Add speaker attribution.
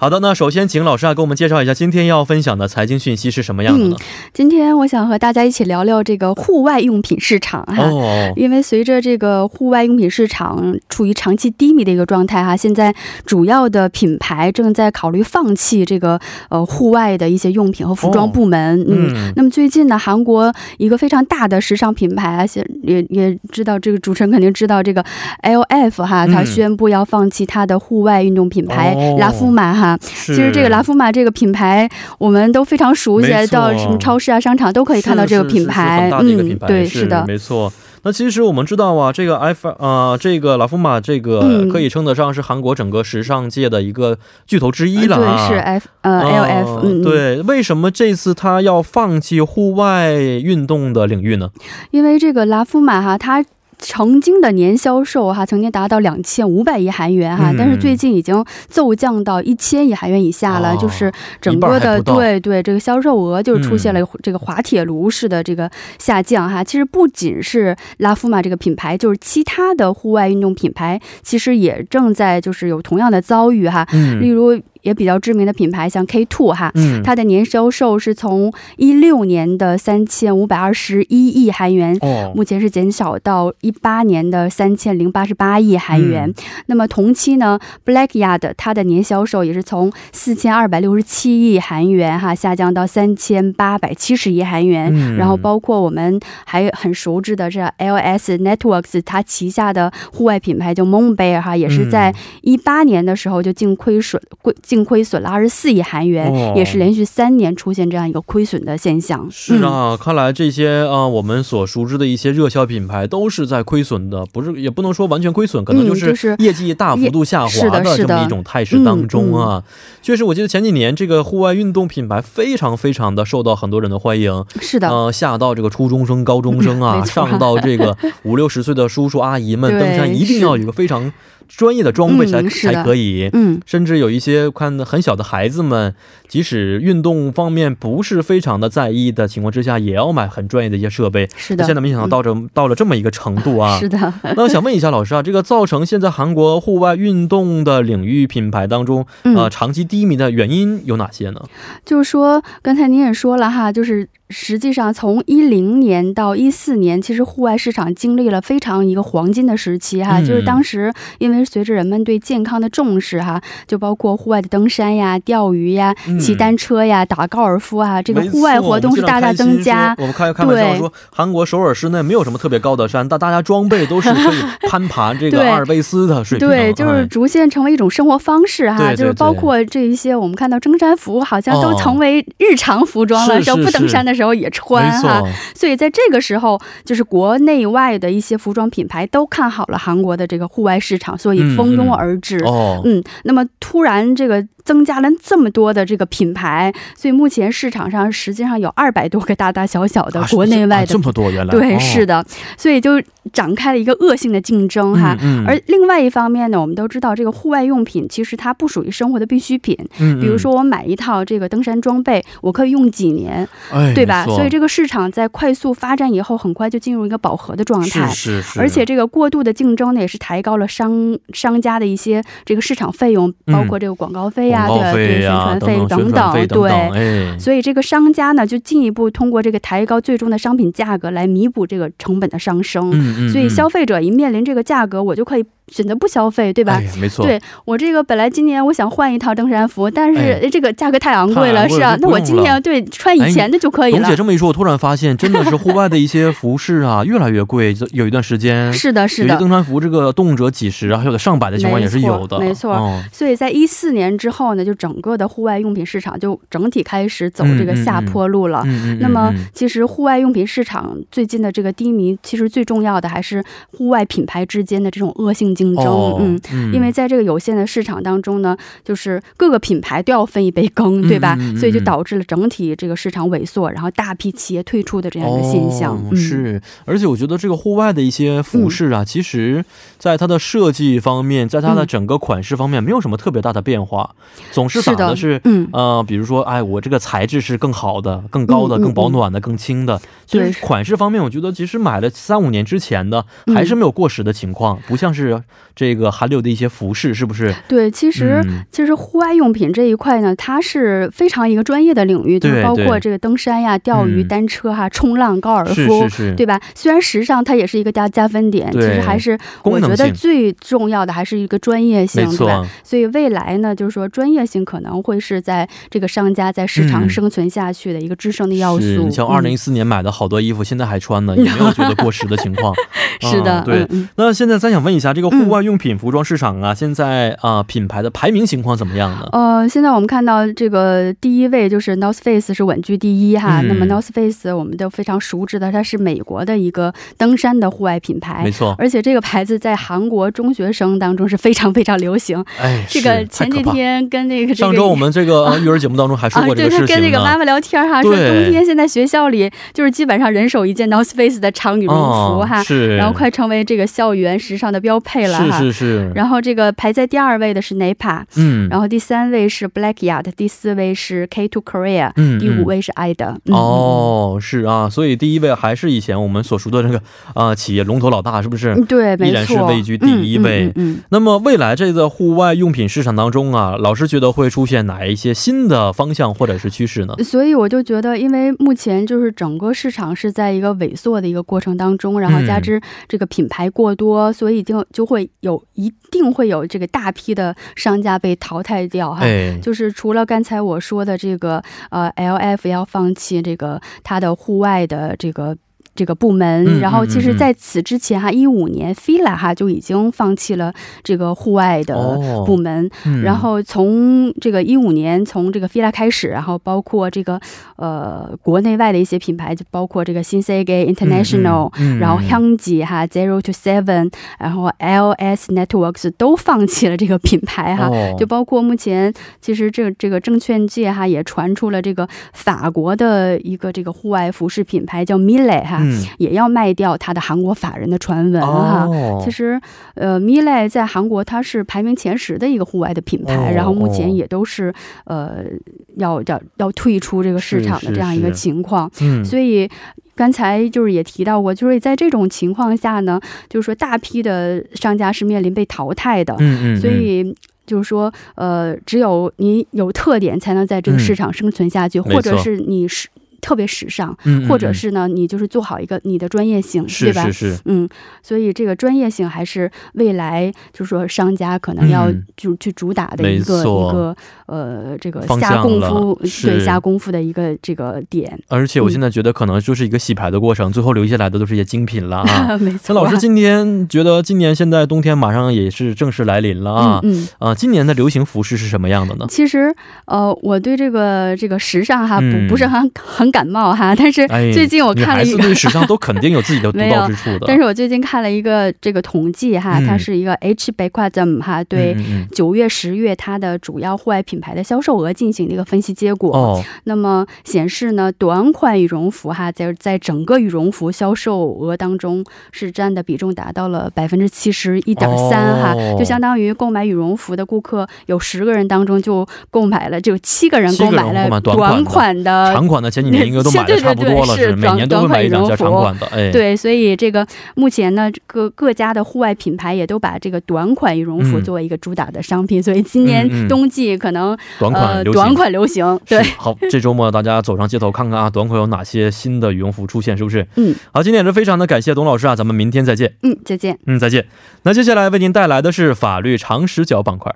Speaker 1: 好的，那首先请老师啊，给我们介绍一下今天要分享的财经讯息是什么样的呢？
Speaker 2: 今天我想和大家一起聊聊这个户外用品市场哈、
Speaker 1: 哦，
Speaker 2: 因为随着这个户外用品市场处于长期低迷的一个状态哈，现在主要的品牌正在考虑放弃这个呃户外的一些用品和服装部门。嗯，
Speaker 1: 嗯，
Speaker 2: 那么最近呢，韩国一个非常大的时尚品牌啊，现也也知道这个主持人肯定知道这个 L F 哈，它
Speaker 1: 嗯
Speaker 2: 宣布要放弃它的户外运动品牌、
Speaker 1: 哦
Speaker 2: 拉夫玛哈。
Speaker 1: 其
Speaker 2: 其实这个拉夫玛这个品牌，我们都非常熟悉
Speaker 1: 没，错
Speaker 2: 到什么超市啊、商场都可以看到这个品牌。
Speaker 1: 是是是很大的一个品牌，
Speaker 2: 嗯，对，
Speaker 1: 是
Speaker 2: 是的。
Speaker 1: 没错。那其实我们知道啊，这个 F 啊、这个拉夫玛，这个
Speaker 2: 嗯
Speaker 1: 可以称得上是韩国整个时尚界的一个巨头之一了、啊。
Speaker 2: 对，是 F 呃 L F，
Speaker 1: 哦
Speaker 2: 嗯，嗯，
Speaker 1: 对，为什么这次他要放弃户外运动的领域呢？
Speaker 2: 因为这个拉夫玛哈，它曾经的年销售哈，曾经达到两千五百亿韩元哈、
Speaker 1: 嗯
Speaker 2: 但是最近已经骤降到一千亿韩元以下了，
Speaker 1: 哦
Speaker 2: 就是整
Speaker 1: 一
Speaker 2: 个
Speaker 1: 半还
Speaker 2: 的
Speaker 1: 不到
Speaker 2: 对对这个销售额就是出现
Speaker 1: 嗯
Speaker 2: 了这个滑铁卢式的这个下降哈、其实不仅是拉夫玛这个品牌，就是其他的户外运动品牌，其实也正在就是有同样的遭遇哈。例
Speaker 1: 嗯
Speaker 2: 如也比较知名的品牌像 K Two 哈，
Speaker 1: 嗯，
Speaker 2: 它的年销售是从一六年的三千五百二十一亿韩元。
Speaker 1: 哦，
Speaker 2: 目前是减少到一八年的三千零八十八亿韩元、
Speaker 1: 嗯
Speaker 2: 那么同期呢，Blackyard 它的年销售也是从四千二百六十七亿韩元哈下降到三千八百七十亿韩元、
Speaker 1: 嗯
Speaker 2: 然后包括我们还很熟知的这 LS Networks 它旗下的户外品牌就 Moonbear 哈，也是
Speaker 1: 嗯
Speaker 2: 在一八年的时候就净亏损亏净亏损了二十四亿韩元、
Speaker 1: 哦
Speaker 2: 也是连续三年出现这样一个亏损的现象。
Speaker 1: 是
Speaker 2: 嗯
Speaker 1: 啊，看来这些啊、我们所熟知的一些热销品牌都是在亏损的，不是也不能说完全亏损，可能
Speaker 2: 嗯
Speaker 1: 就
Speaker 2: 就是是
Speaker 1: 业绩大幅度下
Speaker 2: 是
Speaker 1: 滑
Speaker 2: 的嗯是
Speaker 1: 这
Speaker 2: 的
Speaker 1: 么一种态势当中啊。确实，我记得前几年这个户外运动品牌非常非常的受到很多人的欢迎，
Speaker 2: 是的。
Speaker 1: 呃，下到这个初中生、高中生啊，
Speaker 2: 没错
Speaker 1: 上到这个五六十岁的叔叔阿姨们，
Speaker 2: 对
Speaker 1: 登山一定要有一个非常专业的装备才、
Speaker 2: 嗯是的
Speaker 1: 才可以。
Speaker 2: 嗯，
Speaker 1: 甚至有一些看很小的孩子们，即使运动方面不是非常的在意的情况之下，也要买很专业的一些设备。
Speaker 2: 是
Speaker 1: 那
Speaker 2: 的，嗯
Speaker 1: 现在没想到到这、到了这么一个程度啊！
Speaker 2: 是的，
Speaker 1: 那我想问一下老师啊，这个造成现在韩国户外运动的领域品牌当中，
Speaker 2: 嗯，
Speaker 1: 呃，长期低迷的原因有哪些呢？
Speaker 2: 就是说，刚才您也说了哈，就是实际上从一零年到一四年，其实户外市场经历了非常一个黄金的时期哈、
Speaker 1: 嗯
Speaker 2: 就是当时因为随着人们对健康的重视哈，就包括户外的登山呀、钓鱼呀、
Speaker 1: 嗯
Speaker 2: 骑单车呀、打高尔夫啊，这个户外活动是大大增加。
Speaker 1: 没错我们开开玩笑
Speaker 2: 对
Speaker 1: 说，韩国首尔市内没有什么特别高的山，但大家装备都是可 以攀爬这个
Speaker 2: 对
Speaker 1: 阿尔卑斯的水平。
Speaker 2: 对，就是
Speaker 1: 哎
Speaker 2: 逐渐成为一种生活方式哈，
Speaker 1: 对对
Speaker 2: 就是包
Speaker 1: 对
Speaker 2: 括这一些我们看到登山服，好像
Speaker 1: 哦
Speaker 2: 都成为日常服装了，
Speaker 1: 是
Speaker 2: 只要
Speaker 1: 是
Speaker 2: 不登
Speaker 1: 是
Speaker 2: 山的时候也穿
Speaker 1: 没
Speaker 2: 哈。
Speaker 1: 错，
Speaker 2: 所以在这个时候，就是国内外的一些服装品牌都看好了韩国的这个户外市场，所以蜂拥而至。嗯
Speaker 1: 哦，
Speaker 2: 那么突然这个增加了这么多的这个品牌，所以目前市场上实际上有二百多个大大小小的
Speaker 1: 啊
Speaker 2: 国内外
Speaker 1: 啊
Speaker 2: 的，
Speaker 1: 这么多，原来
Speaker 2: 对，是
Speaker 1: 的，
Speaker 2: 的，所以就展开了一个恶性的竞争哈。
Speaker 1: 嗯，
Speaker 2: 而另外一方面呢，我们都知道这个户外用品其实它不属于生活的必需品，
Speaker 1: 比
Speaker 2: 比如，说我买一套这个登山装备，我可以用几年，
Speaker 1: 嗯哎
Speaker 2: 对吧？所以
Speaker 1: 这
Speaker 2: 这个市场在快速发展以后，很快就进入一个饱和的状态。
Speaker 1: 是是是，
Speaker 2: 而且这个过度的竞争呢，也是抬高了商商家的一这个这个市场费用，
Speaker 1: 嗯
Speaker 2: 包括这个广告费哎呀、
Speaker 1: 广告
Speaker 2: 对
Speaker 1: 费
Speaker 2: 对，宣
Speaker 1: 呀
Speaker 2: 传
Speaker 1: 等
Speaker 2: 费
Speaker 1: 宣传
Speaker 2: 等
Speaker 1: 费等
Speaker 2: 对。
Speaker 1: 等，哎，
Speaker 2: 所以这个商家呢，就进一步通过这个抬高最终的商品价格来弥补这个成本的上升。
Speaker 1: 嗯嗯，
Speaker 2: 所以
Speaker 1: 嗯
Speaker 2: 消费者一面临这个价格，我就可以选择不消费，对吧？
Speaker 1: 哎呀没错，
Speaker 2: 对我这个本来今年我想换一套登山服，但是
Speaker 1: 哎
Speaker 2: 哎这个价格太昂
Speaker 1: 太
Speaker 2: 贵
Speaker 1: 昂
Speaker 2: 了，
Speaker 1: 贵
Speaker 2: 是
Speaker 1: 了
Speaker 2: 啊，
Speaker 1: 就
Speaker 2: 那
Speaker 1: 不
Speaker 2: 我
Speaker 1: 用
Speaker 2: 今
Speaker 1: 了
Speaker 2: 年对穿
Speaker 1: 哎
Speaker 2: 以前的就可以
Speaker 1: 董
Speaker 2: 了。
Speaker 1: 姐这么一说，我突然发现，真的是户外的一些服饰啊，越来越贵。这有一段时 间，
Speaker 2: 是的，是
Speaker 1: 有些
Speaker 2: 的。
Speaker 1: 登山服这个动辄几十啊，还有的上百的情况也是有的，
Speaker 2: 没错没错
Speaker 1: 哦
Speaker 2: 所以在一四年之后呢，就整个的户外用品市场就整体开始走这个下坡路了。
Speaker 1: 嗯嗯嗯
Speaker 2: 啊那么
Speaker 1: 嗯，
Speaker 2: 其实户外用品市场最近的这个低迷，其实最重要的还是户外品牌之间的这种恶性竞争。
Speaker 1: 哦
Speaker 2: 嗯，
Speaker 1: 嗯
Speaker 2: 因为在这个有限的市场当中呢，就是各个品牌都要分一杯羹，对吧？
Speaker 1: 嗯嗯嗯
Speaker 2: 所以就
Speaker 1: 嗯
Speaker 2: 导致了整体这个市场萎缩，然后大批企业退出的这样一个现象。
Speaker 1: 哦
Speaker 2: 嗯、。
Speaker 1: 是，而且我觉得这个户外的一些服饰啊，其实在它的设计方面，在它的
Speaker 2: 嗯
Speaker 1: 整个款式方面，没有什么特别大的变化，总是
Speaker 2: 是
Speaker 1: 打
Speaker 2: 的
Speaker 1: 的是。
Speaker 2: 嗯，
Speaker 1: 呃，比如说，哎，我这个材质是更好的、更高的、
Speaker 2: 嗯嗯
Speaker 1: 更保暖的、更轻的。其
Speaker 2: 对
Speaker 1: 实款式方面，我觉得其实买了三五年之前的，
Speaker 2: 嗯
Speaker 1: 还是没有过时的情况，不像是这个韩流的一些服饰，是不是？
Speaker 2: 对，其实、
Speaker 1: 嗯
Speaker 2: 其实户外用品这一块呢，它是非常一个专业的领域，就是
Speaker 1: 对
Speaker 2: 包括
Speaker 1: 对
Speaker 2: 这个登山呀、钓鱼、
Speaker 1: 嗯
Speaker 2: 单车哈、冲浪、高尔夫，
Speaker 1: 是是是，
Speaker 2: 对吧？虽然时尚它也是一个加加分点，其
Speaker 1: 对
Speaker 2: 实还是我
Speaker 1: 功能
Speaker 2: 觉得
Speaker 1: 性
Speaker 2: 最重要的还是一个专业性
Speaker 1: 没，
Speaker 2: 对吧
Speaker 1: 错？，啊
Speaker 2: 所以未来呢，就是说专业性可能会是在这个商家在市场
Speaker 1: 嗯
Speaker 2: 生存下去的一个制胜的要素。
Speaker 1: 是你像
Speaker 2: 嗯。
Speaker 1: 二零一四年买的好多衣服，现在还穿呢，也没有觉得过时的情况
Speaker 2: 是的，
Speaker 1: 嗯对。
Speaker 2: 嗯嗯
Speaker 1: 那现在咱想问一下，这个户外用品服装市场啊，现在啊、品牌的排名情况怎么样呢？
Speaker 2: 呃，现在我们看到这个第一位就是 North Face 是稳居第一哈。
Speaker 1: 嗯
Speaker 2: 那么 North Face 我们都非常熟知的，它是美国的一个登山的户外品牌
Speaker 1: 没，错，
Speaker 2: 而且这个牌子在韩国中学生当中是非常非常流行。
Speaker 1: 哎，
Speaker 2: 这
Speaker 1: 是
Speaker 2: 个
Speaker 1: 太
Speaker 2: 前
Speaker 1: 可
Speaker 2: 几
Speaker 1: 怕
Speaker 2: 天跟这个这个
Speaker 1: 上周我们这 个呃育儿节目当中还说
Speaker 2: 啊，
Speaker 1: 过这
Speaker 2: 对
Speaker 1: 个
Speaker 2: 他
Speaker 1: 事
Speaker 2: 跟那
Speaker 1: 情
Speaker 2: 个
Speaker 1: 呢。
Speaker 2: 妈妈聊天哈，说
Speaker 1: 对
Speaker 2: 冬天现在学校里就是基本上人手一件 North Face 的长羽绒服哈、
Speaker 1: 嗯是，
Speaker 2: 然后快成为这个校园时尚的标配了哈。
Speaker 1: 是是是，
Speaker 2: 然后这个排在第二位的是 Napa，、
Speaker 1: 嗯，
Speaker 2: 然后第三位是 Black Yard，第四位是 K Two Korea，、
Speaker 1: 嗯
Speaker 2: 第五。
Speaker 1: 嗯
Speaker 2: 位是 IDA、嗯。
Speaker 1: 哦，是啊，所以第一位还是以前我们所熟的这个啊、呃企业龙头老大，是不是？
Speaker 2: 嗯，对，没错，
Speaker 1: 依然是位居第一位
Speaker 2: 嗯嗯嗯嗯
Speaker 1: 那么未来这个户外用品市场当中啊，老师觉得会出现哪一些新的方向或者是趋势呢？
Speaker 2: 所以我就觉得，因为目前就是整个市场是在一个萎缩的一个过程当中，然后
Speaker 1: 嗯
Speaker 2: 加之这个品牌过多，所以就就会有一定会有这个大批的商家被淘汰掉哈。
Speaker 1: 哎，
Speaker 2: 就是除了刚才我说的这个，呃，LF 要放弃这个它的户外的这个这个部门，
Speaker 1: 嗯
Speaker 2: 然后其
Speaker 1: 嗯
Speaker 2: 实
Speaker 1: 嗯
Speaker 2: 在此之前哈，一五年 fila 哈就已经放弃了这个户外的
Speaker 1: 哦
Speaker 2: 部门，
Speaker 1: 嗯
Speaker 2: 然后从这个一五年，从这个 fila 开始，然后包括这个呃国内外的一些品牌，就包括这个新 C G International，、
Speaker 1: 嗯嗯嗯
Speaker 2: 然后香吉哈 Zero to Seven，然后 L S Networks 都放弃了这个品牌哈。
Speaker 1: 哦
Speaker 2: 就包括目前，其实这这个证券界哈也传出了这个法国的一个这个户外服饰品牌叫 Miele 哈，
Speaker 1: 嗯
Speaker 2: 也要卖掉它的韩国法人的传闻哈。
Speaker 1: 哦，
Speaker 2: 其实，呃，Miele 在韩国它是排名前十的一个户外的品牌，
Speaker 1: 哦
Speaker 2: 然后目前
Speaker 1: 哦
Speaker 2: 也都是呃要要要退出这个市
Speaker 1: 是
Speaker 2: 场的
Speaker 1: 是
Speaker 2: 这样一个
Speaker 1: 是
Speaker 2: 情况。
Speaker 1: 嗯，
Speaker 2: 所以刚才就是也提到过，就是在这种情况下呢，就是说大批的商家是面临被淘汰的，
Speaker 1: 嗯嗯，
Speaker 2: 所以。就是说，呃，只有你有特点，才能在这个市场生存下去，
Speaker 1: 嗯没
Speaker 2: 或者
Speaker 1: 错
Speaker 2: 是你是特别时尚，
Speaker 1: 嗯嗯
Speaker 2: 或者
Speaker 1: 嗯
Speaker 2: 是呢，你就是做好一个你的专业性，
Speaker 1: 是
Speaker 2: 对吧？
Speaker 1: 是是，
Speaker 2: 嗯，所以这个专业性还是未来，就是说商家可能要
Speaker 1: 嗯
Speaker 2: 就去主打的
Speaker 1: 没
Speaker 2: 一个
Speaker 1: 错
Speaker 2: 一个呃，这个
Speaker 1: 方
Speaker 2: 下
Speaker 1: 向
Speaker 2: 功
Speaker 1: 了
Speaker 2: 夫对
Speaker 1: 是
Speaker 2: 下功夫的一个这个点。
Speaker 1: 而且我
Speaker 2: 嗯
Speaker 1: 现在觉得可能就是一个洗牌的过程，最后留下来的都是一些精品了啊。
Speaker 2: 没 错
Speaker 1: 那
Speaker 2: 啊，
Speaker 1: 老师今天觉得今年现在冬天马上也是正式来临了啊
Speaker 2: 嗯，嗯。
Speaker 1: 啊，今年的流行服饰是什么样的呢？
Speaker 2: 其实，呃，我对这个这个时尚哈不
Speaker 1: 嗯
Speaker 2: 不是很很感冒哈，但是
Speaker 1: 哎
Speaker 2: 最近我
Speaker 1: 女
Speaker 2: 看了
Speaker 1: 孩
Speaker 2: 一
Speaker 1: 子
Speaker 2: 个，
Speaker 1: 对时尚都肯定有自己的独
Speaker 2: 没有
Speaker 1: 到之 处的，
Speaker 2: 但是我最近看了一个这个统计哈，它
Speaker 1: 嗯
Speaker 2: 是一个 H 百跨 m 哈
Speaker 1: 嗯
Speaker 2: 对
Speaker 1: 嗯嗯
Speaker 2: 九月十月它的主要户外品牌的销售额进行的一个分析结果。
Speaker 1: 哦，
Speaker 2: 那么显示呢，短款羽绒服哈，在在整个羽绒服销售额当中是占的比重达到了百分之七十一点三哈
Speaker 1: 哦，
Speaker 2: 就相当于购买羽绒服的顾客有十个人当中就购买了，就七个人购买
Speaker 1: 七个人购
Speaker 2: 了
Speaker 1: 买短款的
Speaker 2: 短款的。
Speaker 1: 长款的前几年应该都买的差不多了，
Speaker 2: 对对对呃是
Speaker 1: 是每年都会买一两件
Speaker 2: 短
Speaker 1: 长
Speaker 2: 短
Speaker 1: 款的，哎，，
Speaker 2: 对，所以这个目前呢，各各家的户外品牌也都把这个短款羽绒服
Speaker 1: 嗯
Speaker 2: 作为一个主打的商品，所以今
Speaker 1: 嗯
Speaker 2: 年
Speaker 1: 嗯
Speaker 2: 冬季可能、
Speaker 1: 短款
Speaker 2: 呃
Speaker 1: 流行。
Speaker 2: 短款流行，对，
Speaker 1: 是好，这周末大家走上街头看看啊，短款有哪些新的羽绒服出现，是不是？
Speaker 2: 嗯
Speaker 1: 好，今天也是非常的感谢董老师啊，咱们明天再见。
Speaker 2: 嗯，再见。
Speaker 1: 嗯，再见。那接下来为您带来的是法律常识角板块。